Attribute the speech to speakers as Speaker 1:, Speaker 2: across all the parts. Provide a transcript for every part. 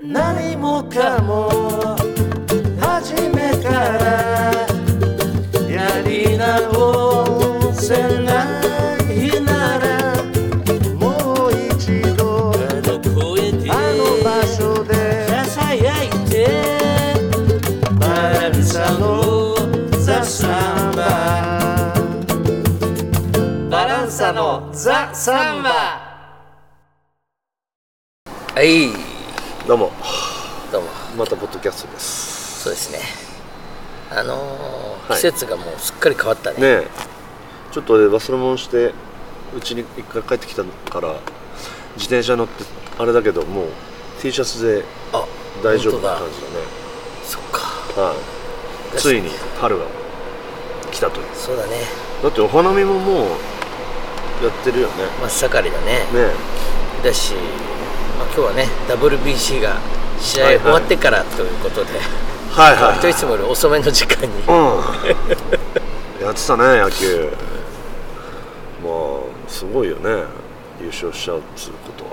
Speaker 1: 何もかも初めからやり直せないならもう一度
Speaker 2: あの声で
Speaker 1: あの場所で
Speaker 2: ささやいて
Speaker 1: バランサのザ・サンバ
Speaker 2: バランサのザ・サンバ
Speaker 3: はい
Speaker 4: どうも
Speaker 3: どうも
Speaker 4: またポッドキャストです
Speaker 3: そうですねあのー
Speaker 4: はい
Speaker 3: 季節がもうすっかり変わったね
Speaker 4: ねえちょっと俺忘れ物してうちに一回帰ってきたから自転車乗ってあれだけどもう T シャツで
Speaker 3: あ
Speaker 4: 大丈夫
Speaker 3: 本当
Speaker 4: な
Speaker 3: だ
Speaker 4: 感じ
Speaker 3: そっか
Speaker 4: だねはい
Speaker 3: かに
Speaker 4: ついに春が来たという
Speaker 3: そうだね
Speaker 4: だってお花見ももうやってるよね
Speaker 3: 真っ盛りだね
Speaker 4: ね
Speaker 3: だし、まあ、今日はね WBC が試合
Speaker 4: はいはい
Speaker 3: 終わってからということで、
Speaker 4: えはいはい
Speaker 3: といつもより遅めの時間に
Speaker 4: うん やってたね野球まあすごいよね優勝しちゃうっつうことは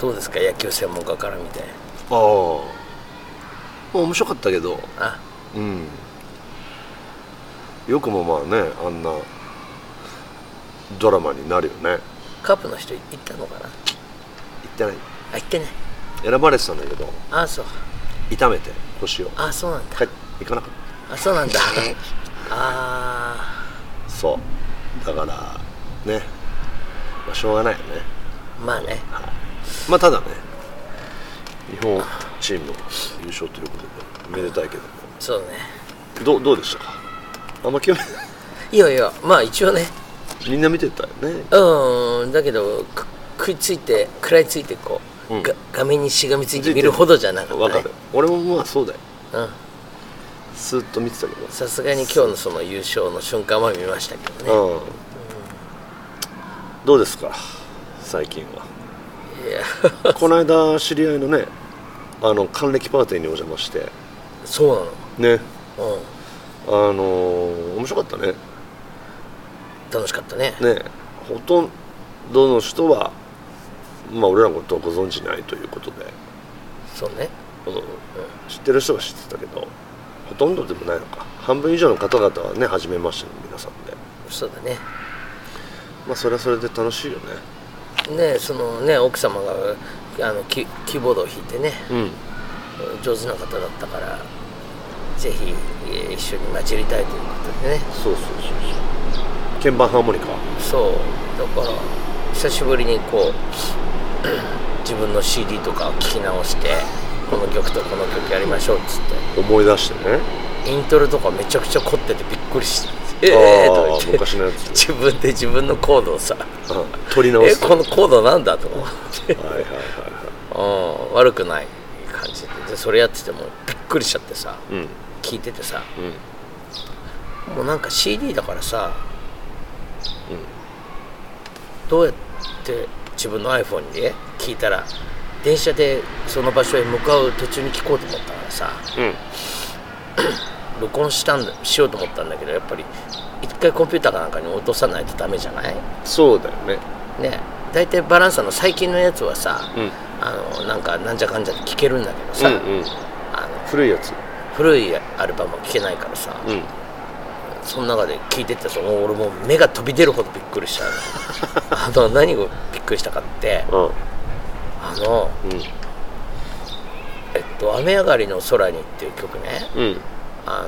Speaker 3: どうですか野球専門家から見て
Speaker 4: ああまあ面白かったけど
Speaker 3: あ
Speaker 4: うんよくもまあねあんなドラマになるよね
Speaker 3: カープの人行ったのかな
Speaker 4: 行ってない
Speaker 3: あ行ってない
Speaker 4: 選ばれてたんだけど
Speaker 3: あそう
Speaker 4: 痛めて腰を
Speaker 3: あそうなんだ
Speaker 4: 帰っ行かなかっ
Speaker 3: あそう なんだあ
Speaker 4: たそうだからね、まあ、しょうがないよね
Speaker 3: ーまあね
Speaker 4: まあただね日本チームの優勝ということでめでたいけど
Speaker 3: そうね
Speaker 4: どうどうでしたかあんま興味ない
Speaker 3: いやいやまあ一応ね
Speaker 4: みんな見てたよね
Speaker 3: うんだけどく食いついて食らいついてこう、
Speaker 4: うん
Speaker 3: が画面にしがみついて見るほどじゃなかった、ね、
Speaker 4: わかる俺もまあそうだよ
Speaker 3: うん
Speaker 4: スーッと見てたけど
Speaker 3: さすがに今日のその優勝の瞬間は見ましたけどね、
Speaker 4: うん、どうですか最近 は
Speaker 3: いや
Speaker 4: この間知り合いのねあの還暦パーティーにお邪魔して
Speaker 3: そうな
Speaker 4: ね
Speaker 3: のうん
Speaker 4: あのー面白かったね
Speaker 3: 楽しかったね
Speaker 4: ねほとんどの人はまあ俺らのことをご存じないということで、
Speaker 3: そうね
Speaker 4: うん知ってる人が知ってたけどほとんどでもないのか半分以上の方々はね初めましての皆さんで
Speaker 3: そうだね
Speaker 4: まあそれはそれで楽しいよね
Speaker 3: ねそのね奥様があのキキーボードを弾いてね
Speaker 4: うん
Speaker 3: 上手な方だったからぜひえー一緒に混じりたいということでね
Speaker 4: そうそうそうそう鍵盤ハーモニカ
Speaker 3: そうだから久しぶりにこう 自分の CD とかを聴き直してこの曲とこの曲やりましょうっつっ
Speaker 4: 思い出してね
Speaker 3: てイントロとかめちゃくちゃ凝っててびっくりして「
Speaker 4: あー
Speaker 3: ええー」とか言って
Speaker 4: 昔のやつ
Speaker 3: 自分で自分のコードをさ
Speaker 4: うん取り直
Speaker 3: え
Speaker 4: す
Speaker 3: このコードなんだと思って
Speaker 4: はいはいはいはい
Speaker 3: うん悪くない感じででそれやっててもびっくりしちゃってさ
Speaker 4: うんうん
Speaker 3: 聞いててさもうなんか CD だからさ、どうやって自分の iPhone で聞いたら電車でその場所へ向かう途中に聞こうと思ったからさ
Speaker 4: うん
Speaker 3: 録音したんだしようと思ったんだけどやっぱり一回コンピューターかなんかに落とさないとダメじゃない
Speaker 4: そうだよね
Speaker 3: ね大体バランサの最近のやつはさ、
Speaker 4: うん
Speaker 3: あのなんかなんじゃかんじゃで聞けるんだけどさ、
Speaker 4: うんうん
Speaker 3: あの
Speaker 4: 古いやつ
Speaker 3: 古いアルバムは聞けないからさ、
Speaker 4: うん
Speaker 3: その中で聞いててその俺もう目が飛び出るほどびっくりしたあの何がびっくりしたかって
Speaker 4: うん
Speaker 3: あの、えっと「雨上がりの空に」っていう曲ね
Speaker 4: うん
Speaker 3: あ
Speaker 4: は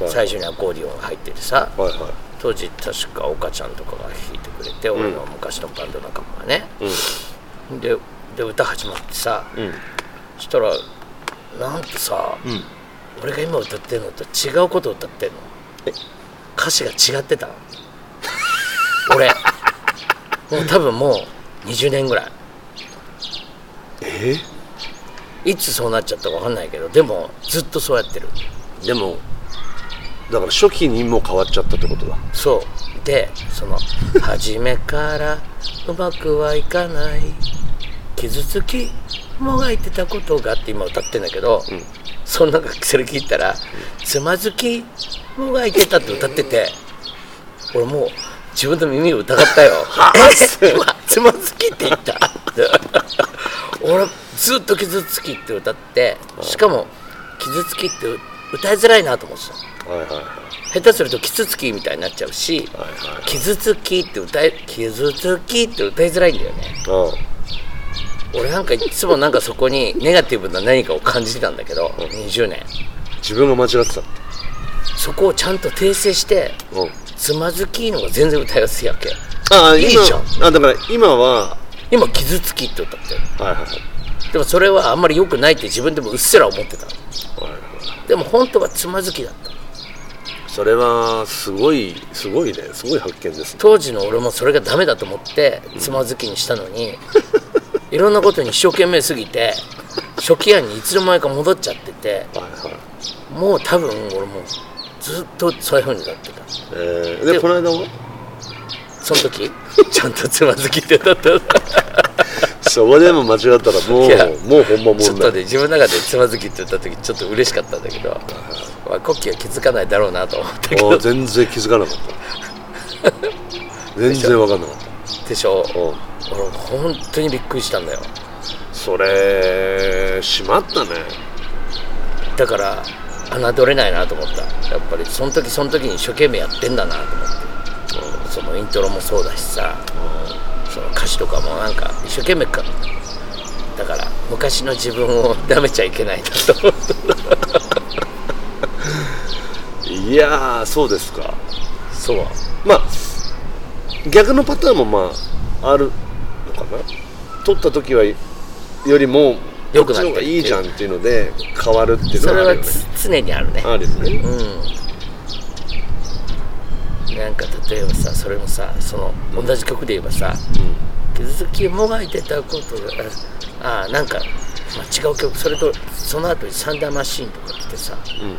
Speaker 3: の
Speaker 4: い
Speaker 3: 最初にアコーディオンが入っててさ
Speaker 4: はいは
Speaker 3: 当時確か岡ちゃんとかが弾いてくれて、俺の昔のバンド仲間がね、
Speaker 4: い
Speaker 3: でで歌始まってさ、
Speaker 4: うんうん
Speaker 3: そしたらなんとさ、
Speaker 4: ん
Speaker 3: 俺が今歌ってるのと違うことを歌ってんの
Speaker 4: え
Speaker 3: 歌詞が違ってたの 俺もう多分もう20年ぐらい
Speaker 4: え
Speaker 3: いつそうなっちゃったか分かんないけどでもずっとそうやってる
Speaker 4: でもだから初期にもう変わっちゃったってことだ
Speaker 3: そうでその「初めからうまくはいかない傷つきもがいてたことが」って今歌ってんだけど、そんなそれ聞いたら「つまずきもがいてた」って歌ってて俺もう自分の耳 を疑ったよ「え今つまずきって言った」俺ずっと「傷つき」って歌ってしかも「傷つき」って歌いづらいなと思ってた
Speaker 4: はいはいはい
Speaker 3: 下手すると「傷つき」みたいになっちゃうし
Speaker 4: はいはい
Speaker 3: 「傷つき」って歌い「傷つき」って歌いづらいんだよね
Speaker 4: あ
Speaker 3: 俺なんかいつもなんかそこ にネガティブな何かを感じてたんだけど20年
Speaker 4: あ自分が間違ってた
Speaker 3: そこをちゃんと訂正して
Speaker 4: うん
Speaker 3: 「つまずき」の方が全然歌いやすいわけ
Speaker 4: ああ
Speaker 3: いい
Speaker 4: 今
Speaker 3: じゃん
Speaker 4: あだから今は
Speaker 3: 今「傷つき」って歌ってる
Speaker 4: はいはいはい
Speaker 3: でもそれはあんまり良くないって自分でもうっすら思ってた
Speaker 4: はいはい
Speaker 3: でも本当はつまずきだった
Speaker 4: それはすごいすごいねすごい発見ですね
Speaker 3: 当時の俺もそれがダメだと思ってつまずきにしたの にいろんなことに一生懸命すぎて初期案にいつの間にか戻っちゃってて
Speaker 4: はいはい
Speaker 3: もう多分俺もうずっとそういうふうになってた
Speaker 4: えー、で
Speaker 3: で
Speaker 4: この間は
Speaker 3: その 時ちゃんとつまずきって歌ったの
Speaker 4: そこでも間違ったらも
Speaker 3: いや
Speaker 4: うもうほんまもん
Speaker 3: ちょっ
Speaker 4: な
Speaker 3: と
Speaker 4: い
Speaker 3: ね自分の中でつまずきって歌った時ちょっと嬉しかったんだけどまあコッキーは気づかないだろうなと思ったけ
Speaker 4: あ
Speaker 3: ど
Speaker 4: あ全然気づかなかった全然わかんなかっ
Speaker 3: でしょ
Speaker 4: たうん
Speaker 3: 俺本当にびっくりしたんだよ
Speaker 4: それしまったね
Speaker 3: だから侮れないなと思ったやっぱりその時その時に一生懸命やってんだなと思ってそのイントロもそうだしさその歌詞とかもなんか一生懸命かだから昔の自分をダめちゃいけないなと思った
Speaker 4: いやーそうですか
Speaker 3: そう
Speaker 4: まあ逆のパターンもまああるのかな取った時はよりも
Speaker 3: 良くなってる
Speaker 4: こっちの方がいいじゃんっていうので変わるっていう
Speaker 3: そ
Speaker 4: の
Speaker 3: れ
Speaker 4: はあ
Speaker 3: は
Speaker 4: るよね
Speaker 3: つ常にあるね
Speaker 4: あるよね
Speaker 3: うんなんか例えばさそれもさその同じ曲で言えばさ「傷つきもがいてたことがああなんか、まあ、違う曲それとその後に「サンダーマシーン」とか来てさ
Speaker 4: うん、うん、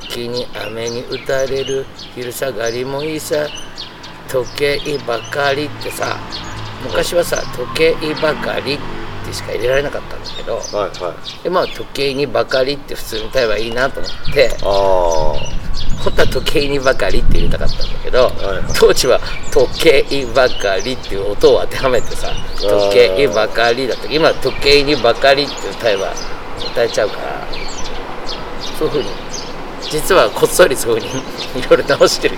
Speaker 3: 時に雨に打たれる昼下がりもいいさ時計ばかりってさ昔はさ時計ばかりってしか入れられなかったんだけど
Speaker 4: はいはい
Speaker 3: でまあ時計にばかりって普通に歌えばいいなと思って
Speaker 4: あ
Speaker 3: 本当は時計にばかりって入れたかったんだけど、
Speaker 4: いはい
Speaker 3: 当時は時計ばかりっていう音を当てはめてさ時計ばかりだった今は時計にばかりって歌えば歌えちゃうからそういうふうに実はこっそりそういうふうにいろいろ直してる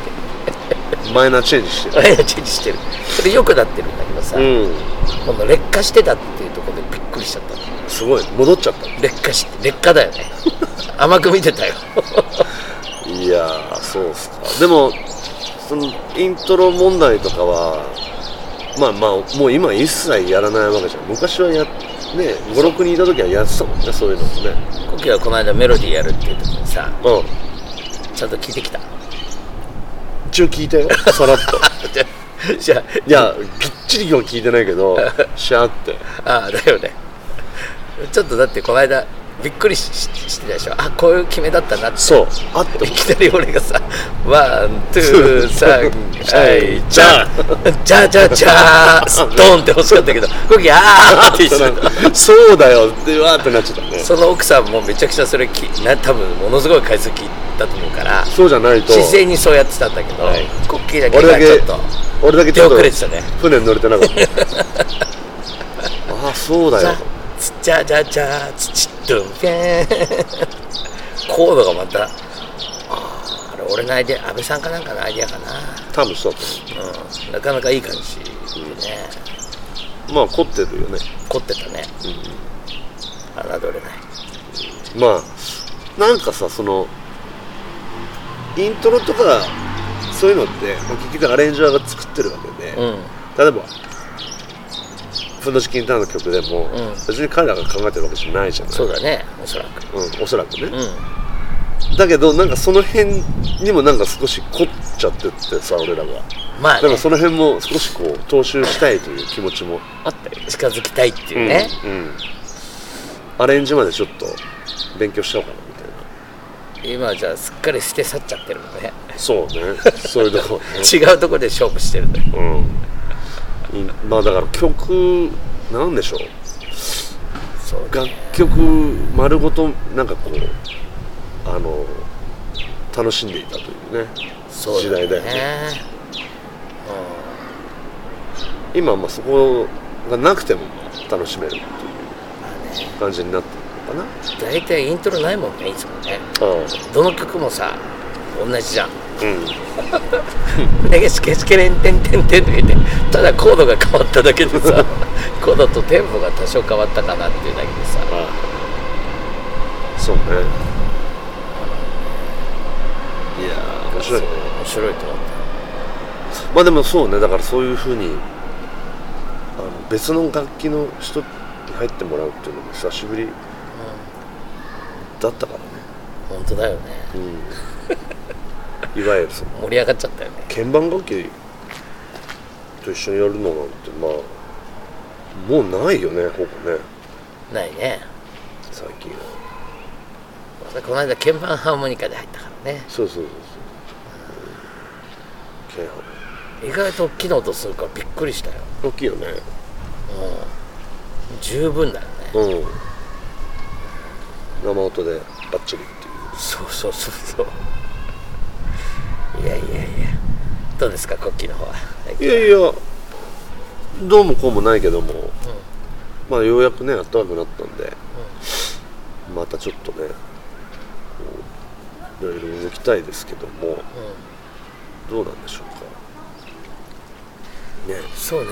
Speaker 4: あマイナーチェンジして
Speaker 3: けどチェンジしてるそれ良くなってるんだけどさ、
Speaker 4: る
Speaker 3: 今度劣化してたっていうところでびっくりしちゃったの
Speaker 4: うんすごい戻っちゃっ
Speaker 3: 劣化して劣化だよね甘く見てたよ
Speaker 4: たいやーそうっすかでもそのイントロ問題とかはまあまあもう今一切やらないわけじゃん昔はやね56人いた時はやってたもんねそういうのもね
Speaker 3: コキはこの間メロディーやるっていう時にさ
Speaker 4: うん
Speaker 3: ちゃんと聞いてきた
Speaker 4: 一応聞いたよさらっと
Speaker 3: じゃあじゃ
Speaker 4: いやきっちり今日聞いてないけ どシャーって
Speaker 3: あああだよねちょっとだってこの間びっくりしししてたでしょあこういう決めだったなって
Speaker 4: そうあって
Speaker 3: いきなり俺がさワンツーサンはいじゃあじゃあじゃあじゃあストーンって欲しかったけどコキあーって言ってた
Speaker 4: もそうだよってわーってなっちゃったね
Speaker 3: その奥さんもめちゃくちゃそれきな多分ものすごい回数聞いたと思うから
Speaker 4: そうじゃないと
Speaker 3: 自然にそうやってたんだけど、
Speaker 4: はい
Speaker 3: コッキーだけ
Speaker 4: 俺だ
Speaker 3: が
Speaker 4: け
Speaker 3: ちょっと
Speaker 4: 俺だけち
Speaker 3: 出
Speaker 4: ょっ
Speaker 3: 遅
Speaker 4: と
Speaker 3: れてたね
Speaker 4: 船に乗れてなかった ああそうだ
Speaker 3: じゃ
Speaker 4: よ
Speaker 3: あつちゃじゃじゃつちっとんぺんコードがまたあーあれ俺のアイデア安倍さんかなんかのアイデアかな、
Speaker 4: 多分そうだと
Speaker 3: うん、なかなかいい感じでね
Speaker 4: 思うまあ凝ってるよね
Speaker 3: 凝ってたね、侮れない
Speaker 4: まあなんかさそのイントロとかそういうのってまあ結局アレンジャーが作ってるわけで、
Speaker 3: うん
Speaker 4: 例えばふんどしキンターの曲でも、
Speaker 3: ん
Speaker 4: 別に彼らが考えてるわけじゃないじゃない
Speaker 3: そうだねおそらく
Speaker 4: うん、おそらくね、
Speaker 3: う
Speaker 4: だけどなんかその辺にもなんか少し凝っちゃってってさ俺らが
Speaker 3: んまあ、
Speaker 4: だから
Speaker 3: ね、
Speaker 4: その辺も少しこう踏襲したいという気持ちもあったよ
Speaker 3: 近づきたいっていうね、
Speaker 4: うん、うんアレンジまでちょっと勉強しちゃおうかなみたいな
Speaker 3: 今はじゃあすっかり捨て去っちゃってるのね
Speaker 4: そうねそういうとこ
Speaker 3: 違うところで勝負してるんだよ
Speaker 4: うんいまあだから曲なんでしょう
Speaker 3: そう
Speaker 4: 楽曲丸ごとなんかこうあの楽しんでいたというね
Speaker 3: そう
Speaker 4: 時代だよね
Speaker 3: ね
Speaker 4: 今はまあそこがなくても楽しめるっていう感じになってるのか
Speaker 3: 大体イントロないもんねいつもね
Speaker 4: な
Speaker 3: どの曲もさ同じじゃん
Speaker 4: うん、うん、
Speaker 3: 「ねげしけしけれんてんてんてん」とか言ってただコードが変わっただけでさ コードとテンポが多少変わったかなっていうだけでさ
Speaker 4: ああそうねいやー面白い
Speaker 3: そう面白いと思っ
Speaker 4: まあでもそうねだからそういうふうにあの別の楽器の人に入ってもらうっていうのも久しぶりだったからね、
Speaker 3: た本当だよね
Speaker 4: うん、いわゆるその
Speaker 3: 盛り上がっちゃったよね
Speaker 4: 鍵盤楽器と一緒にやるのなんてまあもうないよねほぼね
Speaker 3: ないね
Speaker 4: 最近は
Speaker 3: またこの間鍵盤ハーモニカで入ったからね
Speaker 4: そうそうそうそううん鍵盤
Speaker 3: 意外と大きな音するからびっくりしたよ
Speaker 4: 大きいよね
Speaker 3: 十分だよね
Speaker 4: うん生音でバッチリっていう
Speaker 3: そうそうそうそういやいやいやどうですかコッキーの方はい
Speaker 4: やいやどうもこうもないけども、まあようやくね暖かくなったんで、またちょっとねこういろいろ動きたいですけども、どうなんでしょうかね
Speaker 3: そうね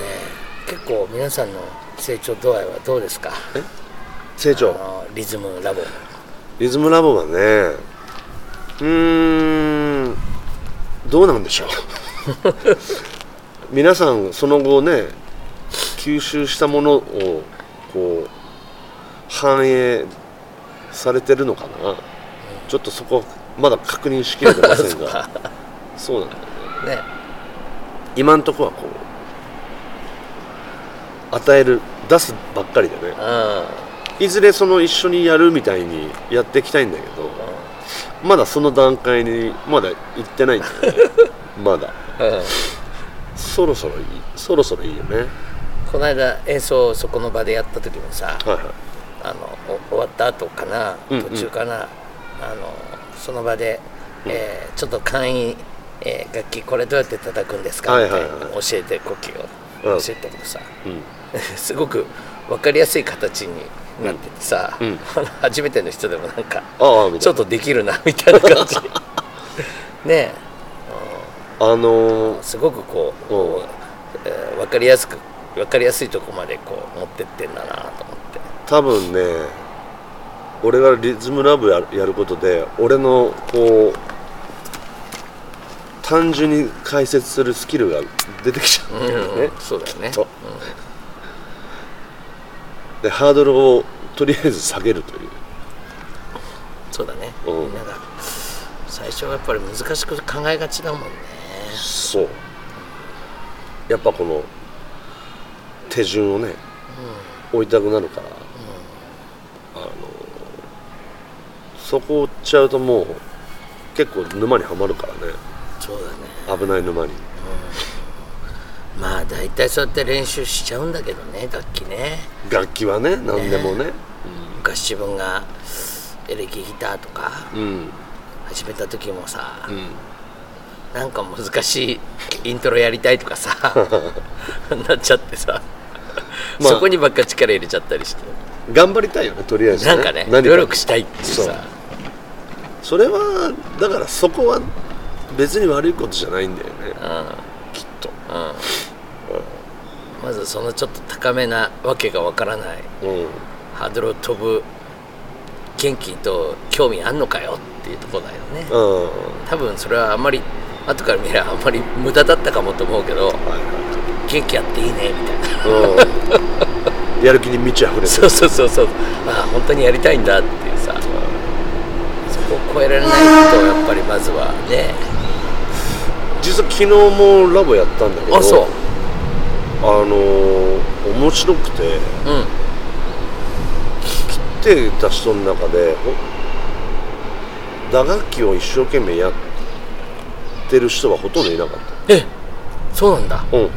Speaker 3: 結構皆さんの成長度合いはどうですか
Speaker 4: 成
Speaker 3: あ
Speaker 4: 長
Speaker 3: のリズムラボ
Speaker 4: リズムラボはねうーんどうなんでしょう 皆さんその後ね吸収したものをこう反映されてるのかなちょっとそこまだ確認しきれてませんがそうなんだよ
Speaker 3: ね
Speaker 4: ね今んとこはこう与える出すばっかりでね
Speaker 3: う
Speaker 4: いずれその一緒にやるみたいにやっていきたいんだけど、まだその段階にまだ行ってないんだよ ねまだ
Speaker 3: ん、うん、
Speaker 4: そろそろいいそろそろいいよね
Speaker 3: この間演奏をそこの場でやった時もさ
Speaker 4: はいはい
Speaker 3: あのお終わった後かな
Speaker 4: うんうん
Speaker 3: 途中かな、あのその場で、えーちょっと簡易、えー楽器これどうやって叩くんですか
Speaker 4: は
Speaker 3: み
Speaker 4: い
Speaker 3: た
Speaker 4: はいいは
Speaker 3: ないのを教えて呼吸
Speaker 4: う
Speaker 3: を
Speaker 4: ん
Speaker 3: 教えたけどさ、
Speaker 4: うん、
Speaker 3: すごく分かりやすい形になっててさ、
Speaker 4: うんうん
Speaker 3: あの 初めての人でもなんか
Speaker 4: ああみ
Speaker 3: ち
Speaker 4: た
Speaker 3: ょ
Speaker 4: い
Speaker 3: っ
Speaker 4: な
Speaker 3: とできるなみたいな感 じね
Speaker 4: あ
Speaker 3: え
Speaker 4: のー
Speaker 3: すごくこう、
Speaker 4: うん
Speaker 3: え分かりやすく分かりやすいとこまでこう持ってってんだなと思って
Speaker 4: 多分ね俺がリズムラブやるやることで俺のこう単純に解説するスキルが出てきちゃうんだよね、
Speaker 3: うんそうだよね
Speaker 4: きっとでハードルをとりあえず下げるという
Speaker 3: そうだね、
Speaker 4: うん
Speaker 3: なんか最初はやっぱり難しく考えがちだもんね
Speaker 4: そうやっぱこの手順をね、追いたくなるから、あのそこを追っちゃうともう結構沼にはまるからね
Speaker 3: そうだね
Speaker 4: 危ない沼に
Speaker 3: まあ大体そうやって練習しちゃうんだけどね楽器ね
Speaker 4: 楽器はね何でもね
Speaker 3: 昔自分がエレキギターとか
Speaker 4: うん
Speaker 3: 始めた時もさ、
Speaker 4: うん
Speaker 3: なんか難しいイントロやりたいと かさなっちゃってさ、
Speaker 4: まあ
Speaker 3: そこにばっか力入れちゃったりして
Speaker 4: 頑張りたいよねとりあえず、
Speaker 3: なんかね努
Speaker 4: 何
Speaker 3: 力したいっていう
Speaker 4: そう
Speaker 3: さ
Speaker 4: それはだからそこは別に悪いことじゃないんだよねきっと
Speaker 3: まずそのちょっと高めなわけがわからない
Speaker 4: うん
Speaker 3: ハードルを飛ぶ元気と興味あんのかよっていうところだよね
Speaker 4: うん
Speaker 3: 多分それはあんまり後から見ればあんまり無駄だったかもと思うけど元気あっていいねみたいな
Speaker 4: うんやる気に満ち溢れ て
Speaker 3: そうそうそうそうああ本当にやりたいんだっていうさそこを超えられないことをやっぱりまずはね
Speaker 4: 実は昨日もラボやったんだけど
Speaker 3: あそう
Speaker 4: あのー面白くて
Speaker 3: うん
Speaker 4: 来てた人の中でほ打楽器を一生懸命やってる人はほとんどいなかっ
Speaker 3: えそうなんだ
Speaker 4: たうん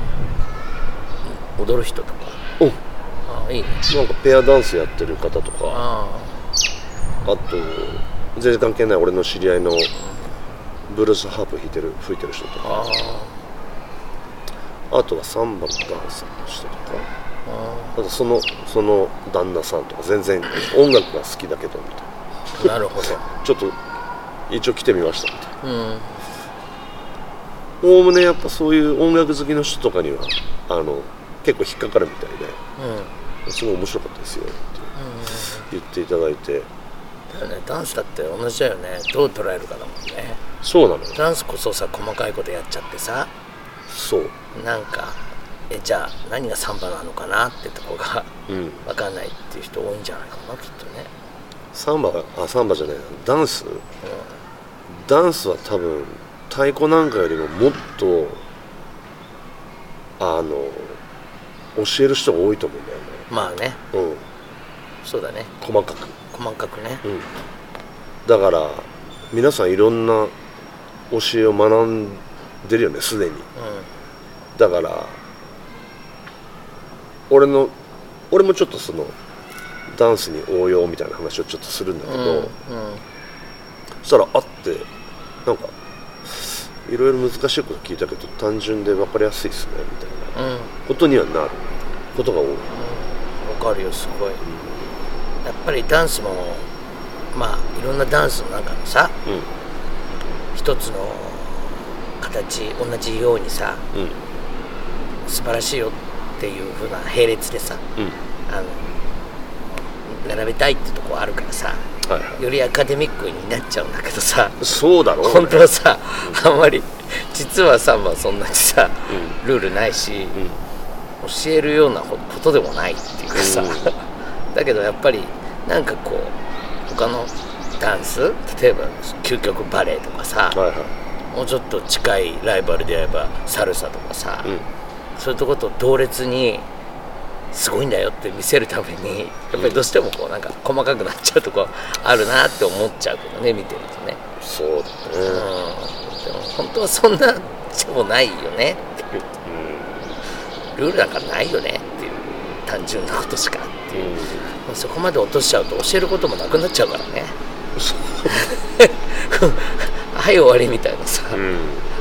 Speaker 3: 踊る人とか
Speaker 4: うん
Speaker 3: ああいいね
Speaker 4: なんかペアダンスやってる方とか
Speaker 3: あ
Speaker 4: あと全然関係ない俺の知り合いのブルースハープ弾いてる吹いてる人と
Speaker 3: あ
Speaker 4: か
Speaker 3: ああ
Speaker 4: あとはサンバのダンサーの人とか
Speaker 3: う
Speaker 4: あとそのその旦那さんとか全然音楽が好きだけどみたい
Speaker 3: なるほど
Speaker 4: なちょっと一応来てみましたみたいな
Speaker 3: うん
Speaker 4: おおむねやっぱそういう音楽好きの人とかにはあの結構引っかかるみたいですごい面白かったですよって言っていただいて
Speaker 3: うんだよねダンスだって同じだよねどう捉えるかだもんね
Speaker 4: そうなのよ
Speaker 3: ダンスこそさ細かいことやっちゃってさ
Speaker 4: そう
Speaker 3: なんかえじゃあ何がサンバなのかなってとこが
Speaker 4: うん
Speaker 3: わかんないっていう人多いんじゃないかなきっとね
Speaker 4: サンバあサンバじゃないダンス、ダンスは多分太鼓なんかよりももっとあの教える人が多いと思うんだ
Speaker 3: まあね
Speaker 4: よね、うん、
Speaker 3: そうだね
Speaker 4: 細かく、
Speaker 3: 細かくね
Speaker 4: うん、だから皆さんいろんな教えを学んでるよねすでに
Speaker 3: う
Speaker 4: だから俺の俺もちょっとそのダンスに応用みたいな話をちょっとするんだけ
Speaker 3: ん
Speaker 4: ど、
Speaker 3: うん
Speaker 4: そしたらあってなんかいろいろ難しいこと聞いたけど単純で分かりやすいですねみたいな
Speaker 3: うん
Speaker 4: ことにはなることが多い
Speaker 3: わかるよすごいやっぱりダンスもまあいろんなダンスの中のさ一つの形同じようにさ
Speaker 4: うんうん
Speaker 3: 素晴らしいよっていう風な並列でさ
Speaker 4: うん
Speaker 3: あの並べたいってとこあるからさ
Speaker 4: はいは
Speaker 3: よりアカデミックになっちゃうんだけどさ
Speaker 4: いそうだろうね
Speaker 3: 本当はさあんまり実はさまあそんなにさルールないし
Speaker 4: うん
Speaker 3: 教えるようなことでもないっていうかさ、
Speaker 4: う
Speaker 3: だけどやっぱりなんかこう他のダンス例えば究極バレエとかさ、
Speaker 4: はいは
Speaker 3: もうちょっと近いライバルであればサルサとかさ、
Speaker 4: いうん
Speaker 3: そういうとこと同列にすごいんだよって見せるためにやっぱりどうしてもこうなんか細かくなっちゃうとこあるなって思っちゃうけどね見てるとね、
Speaker 4: そう
Speaker 3: うん、
Speaker 4: だね
Speaker 3: でも本当はそんなでもないよねっていうルールなんかないよねっていう単純なことしか
Speaker 4: うんうん
Speaker 3: もうそこまで落としちゃうと教えることもなくなっちゃうからね はい終わりみたいなさ、
Speaker 4: うん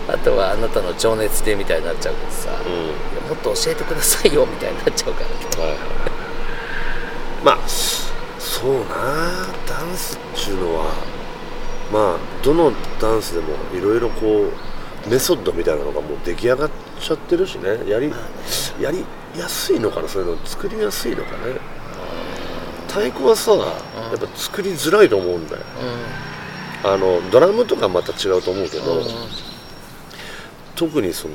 Speaker 3: あとはあなたの情熱でみたいになっちゃうけどさ、
Speaker 4: う
Speaker 3: い
Speaker 4: ん
Speaker 3: やもっと教えてくださいよみたいになっちゃうからね
Speaker 4: はいはいまあそうなダンスっていうのはまあどのダンスでもいろいろこうメソッドみたいなのがもう出来上がっちゃってるしねやりやりやすいのかなそういうの作りやすいのかね太鼓はさやっぱ作りづらいと思うんだよあのドラムとかまた違うと思うけど特にその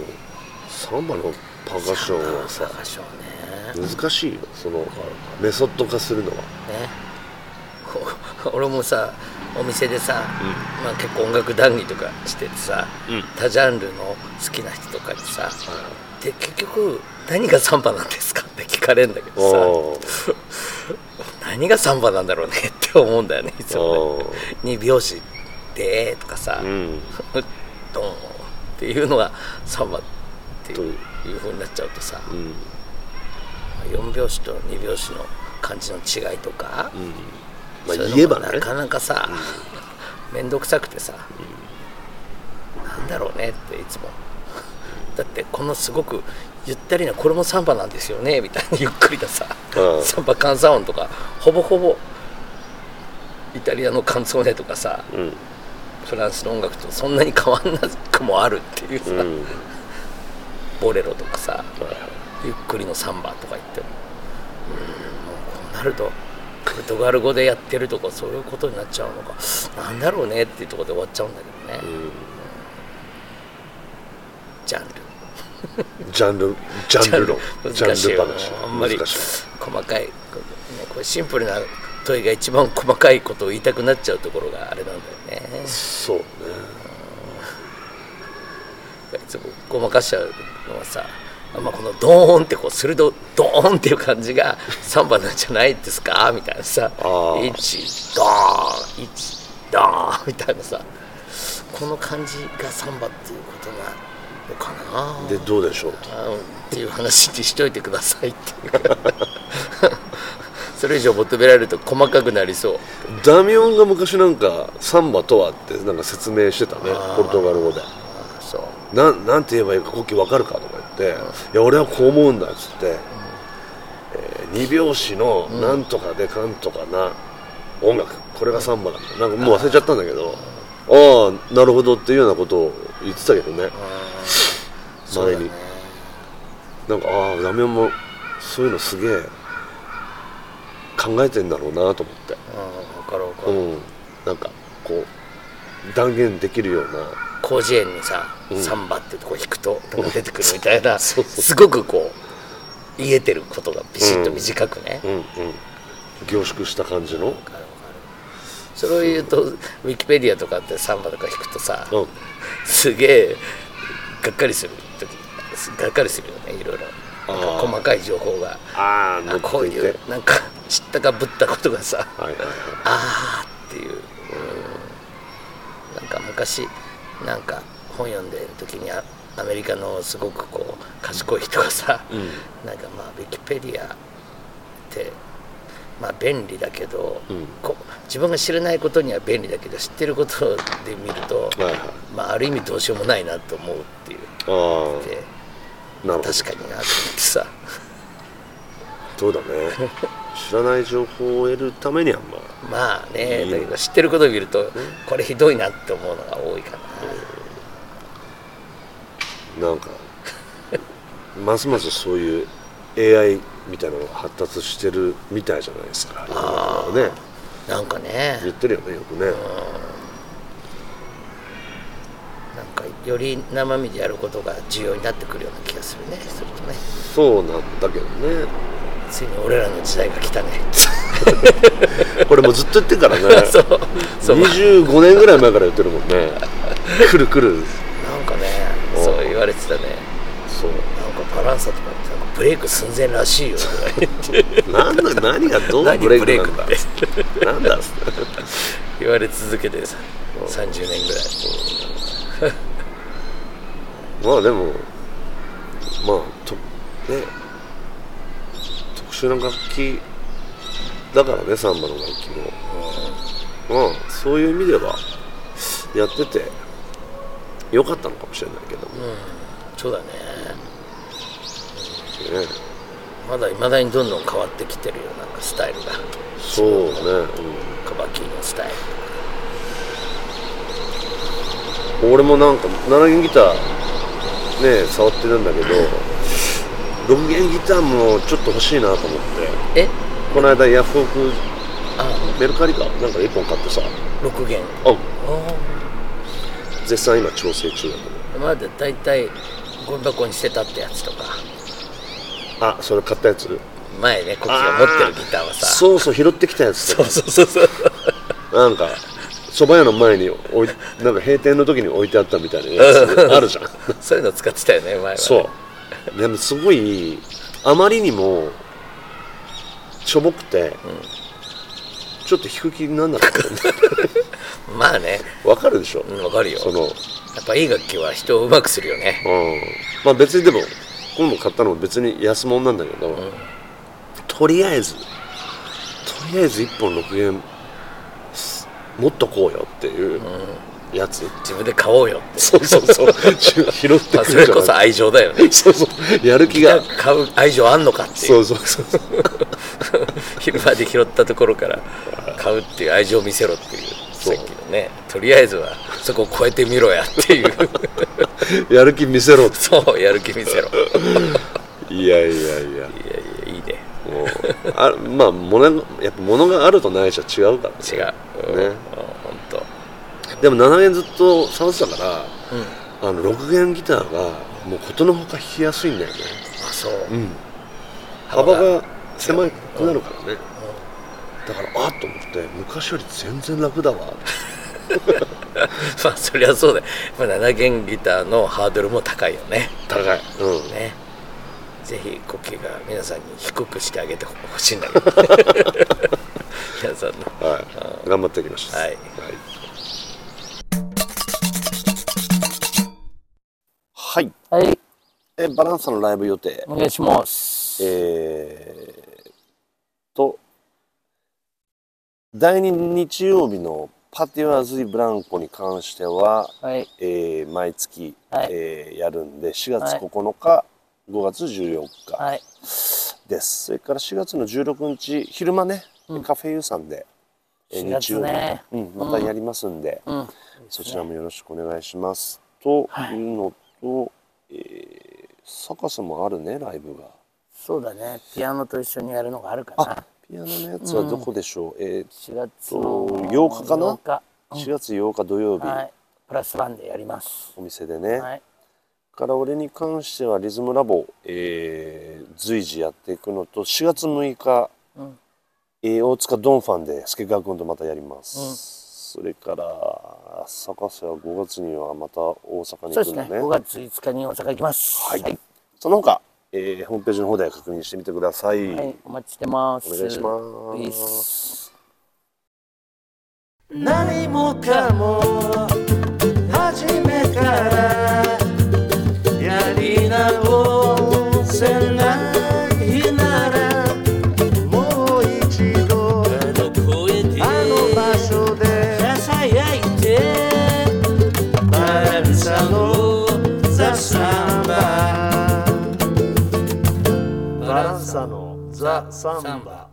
Speaker 4: サンバのパーカッションはさ
Speaker 3: 探しようね
Speaker 4: 難しいよそのメソッド化するのは
Speaker 3: ねこう俺もさお店でさ、まあ、結構音楽談義とかしててさ、
Speaker 4: うん
Speaker 3: 他ジャンルの好きな人とかにさ、で結局何がサンバなんですかって聞かれるんだけどさ
Speaker 4: お
Speaker 3: 何がサンバなんだろうねって思うんだよねいつも
Speaker 4: お
Speaker 3: ね。2拍子でとかさ
Speaker 4: う
Speaker 3: 「
Speaker 4: ん
Speaker 3: ドン」っていうのがサンバっていうふうになっちゃうとさ
Speaker 4: うん
Speaker 3: 4拍子と2拍子の感じの違いとか、
Speaker 4: ま
Speaker 3: そ
Speaker 4: あ
Speaker 3: ういうのも
Speaker 4: 言えばね
Speaker 3: なかなかさ面倒、くさくてさ、なんだろうねっていつもだってこのすごくゆったりなこれもサンバなんですよねみたいなゆっくりなさ、
Speaker 4: うん
Speaker 3: サンバ換算音とかほぼほぼイタリアのカンツォーネとかさ
Speaker 4: うん
Speaker 3: フランスの音楽とそんなに変わんなくもあるっていうさ、
Speaker 4: うん
Speaker 3: ボレロとかさゆっくりのサンバとか言ってもうんもうこうなるとポルトガル語でやってるとかそういうことになっちゃうのかなんだろうねっていうところで終わっちゃうんだけどね、ジャンル
Speaker 4: ジャンルジャンル論ジ
Speaker 3: 難しい
Speaker 4: ャンル
Speaker 3: よ
Speaker 4: 話
Speaker 3: あんまり
Speaker 4: 難し
Speaker 3: 細かいこうねこれシンプルな問いが一番細かいことを言いたくなっちゃうところがあれなんだよね
Speaker 4: いそうね
Speaker 3: いつもごまかしちゃうのはさ、まあ、このドーンってこう鋭いドーンっていう感じが3番なんじゃないですかみたいなさ
Speaker 4: あー
Speaker 3: 1ドーン1ドーンみたいなさこの感じが3番っていうことなのかな
Speaker 4: でどうでしょうと
Speaker 3: あーっていう話にしといてくださいっていうかそれ以上求められると細かくなりそう
Speaker 4: ダミオンが昔なんかサンバとはってなんか説明してたねポルトガル語で
Speaker 3: あそう
Speaker 4: なんなんて言えばいいか国旗わかるかとか言って「いや俺はこう思うんだ」っつって「二拍子のなんとかでかんとかな音楽これがサンバだなんかもう忘れちゃったんだけどああなるほどっていうようなことを言ってたけどね
Speaker 3: そう
Speaker 4: 前
Speaker 3: だ
Speaker 4: に、
Speaker 3: ね
Speaker 4: なんかああラメンもそういうのすげえ考えてんだろうなと思って
Speaker 3: うんわかるわか
Speaker 4: う
Speaker 3: る、
Speaker 4: んなんかこう断言できるような
Speaker 3: 広辞苑にさ、
Speaker 4: うん
Speaker 3: サンバってとこ引くとなんか出てくるみたいな
Speaker 4: そうそう
Speaker 3: すごくこう言えてることがビシッと短くね、
Speaker 4: うんうん凝縮した感じの
Speaker 3: それを言うとウィキペディアとかってサンバとか引くとさ、
Speaker 4: うん
Speaker 3: すげえがっかりする時すがっかりするよねいろいろなん
Speaker 4: あ
Speaker 3: か
Speaker 4: ー
Speaker 3: 細かい情報が
Speaker 4: ああ
Speaker 3: あこうい
Speaker 4: はいう
Speaker 3: なんか知ったかぶったことがさ
Speaker 4: はいはい
Speaker 3: あーっていう、うんなんか昔なんか本読んでる時にあアメリカのすごくこう賢い人がさ、なんかまあウィキペディアってまあ便利だけど、
Speaker 4: うん
Speaker 3: こ自分が知らないことには便利だけど知ってることで見ると、
Speaker 4: はいはい
Speaker 3: まあ、ある意味どうしようもないなと思うっていう
Speaker 4: ああ
Speaker 3: で
Speaker 4: なるほど
Speaker 3: 確かになと思ってさ
Speaker 4: そうだね知らない情報を得るためにはまあ
Speaker 3: まあね
Speaker 4: いい
Speaker 3: だけど知ってることを見るとこれひどいなって思うのが多いかな。
Speaker 4: なんかますますそういう AI みたいなのが発達してるみたいじゃないですか
Speaker 3: あー
Speaker 4: ね
Speaker 3: なんかね
Speaker 4: 言ってるよねよくね
Speaker 3: なんかより生身でやることが重要になってくるような気がするねするとね
Speaker 4: そうなんだけどね
Speaker 3: ついに俺らの時代が来たね
Speaker 4: これもうずっと言ってるからね
Speaker 3: そうそうなん
Speaker 4: 25年ぐらい前から言ってるもんね来る来る
Speaker 3: かね
Speaker 4: お
Speaker 3: そう言われてたね
Speaker 4: そう
Speaker 3: なんかバランサとかってなんかブレイク寸前らしいよとか言って
Speaker 4: なんだ何がどう
Speaker 3: 何
Speaker 4: ブ
Speaker 3: ブレ
Speaker 4: レイ
Speaker 3: イ
Speaker 4: ク
Speaker 3: ク
Speaker 4: なんだ
Speaker 3: って
Speaker 4: なんだっつって
Speaker 3: 言われ続けてさ30年ぐらい
Speaker 4: まあでもまあとね特殊な楽器だからねサンバの楽器も、まあそういう意味ではやっててよかったのかもしれないけども、
Speaker 3: そうだね
Speaker 4: ね
Speaker 3: まだいまだにどんどん変わってきてるよなんかスタイルが
Speaker 4: そうね、
Speaker 3: カバキーのスタイル
Speaker 4: うん、俺もなんか7弦ギターね触ってるんだけど6弦ギターもちょっと欲しいなと思って
Speaker 3: え
Speaker 4: この間ヤフオク
Speaker 3: あ
Speaker 4: メルカリかなんか1本買ってさ
Speaker 3: 6弦
Speaker 4: あ
Speaker 3: あ
Speaker 4: 絶賛今調整中だと思う
Speaker 3: あまだ大体ゴミ箱に捨てたってやつとか
Speaker 4: あそれ買ったやつ
Speaker 3: 前ねコキが持ってるギターはさ
Speaker 4: そうそう拾ってきたやつ
Speaker 3: そうそうそうそう
Speaker 4: なんか蕎麦屋の前に置いなんか閉店の時に置いてあったみたいなやつあるじゃん
Speaker 3: そういうの使ってたよね前はね
Speaker 4: そうでもすごいあまりにもしょぼくて、ちょっと弾く気になんなかったん だ
Speaker 3: まあね
Speaker 4: わかるでしょ、
Speaker 3: うんわかるよ
Speaker 4: そのうん
Speaker 3: やっぱいい楽器は人をうまくするよね
Speaker 4: まあ別にでも今度買ったのも別に安物なんだけど、とりあえずとりあえず1本6弦す持っとこうよっていうやつ、
Speaker 3: 自分で買おうよって
Speaker 4: そうそうそう拾拾って
Speaker 3: まあ
Speaker 4: く
Speaker 3: そ
Speaker 4: る
Speaker 3: れ
Speaker 4: じゃ
Speaker 3: こそ
Speaker 4: ない
Speaker 3: 愛情だよね
Speaker 4: そうそうやる気が
Speaker 3: 買う愛情あんのかってい
Speaker 4: そううそうそうそう
Speaker 3: 昼間で拾ったところから買うっていう愛情を見せろっていうさ
Speaker 4: そう
Speaker 3: っきのねとりあえずはそこを超えてみろやって いう
Speaker 4: やる気見せろって
Speaker 3: そうやる気見せろ
Speaker 4: いやいやいや
Speaker 3: いやいやいいね
Speaker 4: もうあまあ物がやっぱ物があるとないじゃ違うから
Speaker 3: 違う、
Speaker 4: ね
Speaker 3: うん、本当。
Speaker 4: でも7弦ずっと触ってたから、あの6弦ギターがもうことのほか弾きやすいんだよね
Speaker 3: あそう、
Speaker 4: うん幅が狭くなるからね、だからあっと思って昔より全然楽だ わ
Speaker 3: まあそりゃそうだよ、まあ、7弦ギターのハードルも高いよね
Speaker 4: 高い、うん、
Speaker 3: ねぜひ呼吸が皆さんに低くしてあげてほしいんだけ ど皆さんの
Speaker 4: はい、頑張っていきましょう。
Speaker 3: はい
Speaker 4: はい。
Speaker 2: はい
Speaker 4: え、バランサのライブ予定。
Speaker 2: お願いします
Speaker 4: えー、と、第2日曜日のパティオアズイブランコに関しては、
Speaker 2: はい
Speaker 4: えー毎月、
Speaker 2: はい
Speaker 4: えーやるんで、4
Speaker 2: は
Speaker 4: 月
Speaker 2: い
Speaker 4: 9日、5月14日、
Speaker 2: はい
Speaker 4: ですそれから4月の16日昼間ね、カフェユーさんでえ
Speaker 3: 4月ね
Speaker 4: 日曜日うん、またやりますんで、
Speaker 3: うん
Speaker 4: そちらもよろしくお願いしますというのと、えーサカスもあるねライブが
Speaker 3: そうだねピアノと一緒にやるのがあるかな
Speaker 4: ピアノのやつはどこでしょう、えー
Speaker 3: 4月
Speaker 4: と
Speaker 3: の
Speaker 4: 8日かな
Speaker 3: 8日
Speaker 4: 4月8日土曜日、
Speaker 3: はいプラスワンでやります
Speaker 4: お店でね、
Speaker 3: はい
Speaker 4: から俺に関してはリズムラボ、えー随時やっていくのと4月6日、
Speaker 3: うん
Speaker 4: えー大塚ドンファンで助川君とまたやります、それから坂瀬は5月にはまた大阪に
Speaker 3: そ
Speaker 4: 行
Speaker 3: うで
Speaker 4: く
Speaker 3: す
Speaker 4: んだ
Speaker 3: ね
Speaker 4: ね
Speaker 3: 5月5日に大阪行きます
Speaker 4: はい、その他、えーホームページの方で確認してみてください、
Speaker 3: はいお待ちしてます
Speaker 4: お願いします
Speaker 3: ピース
Speaker 1: 何もかも初めからやり直せないならもう一度
Speaker 3: あの声で
Speaker 1: あの場所で
Speaker 3: ささやいて
Speaker 1: バランサのザ・サンババランサのザ・サンバ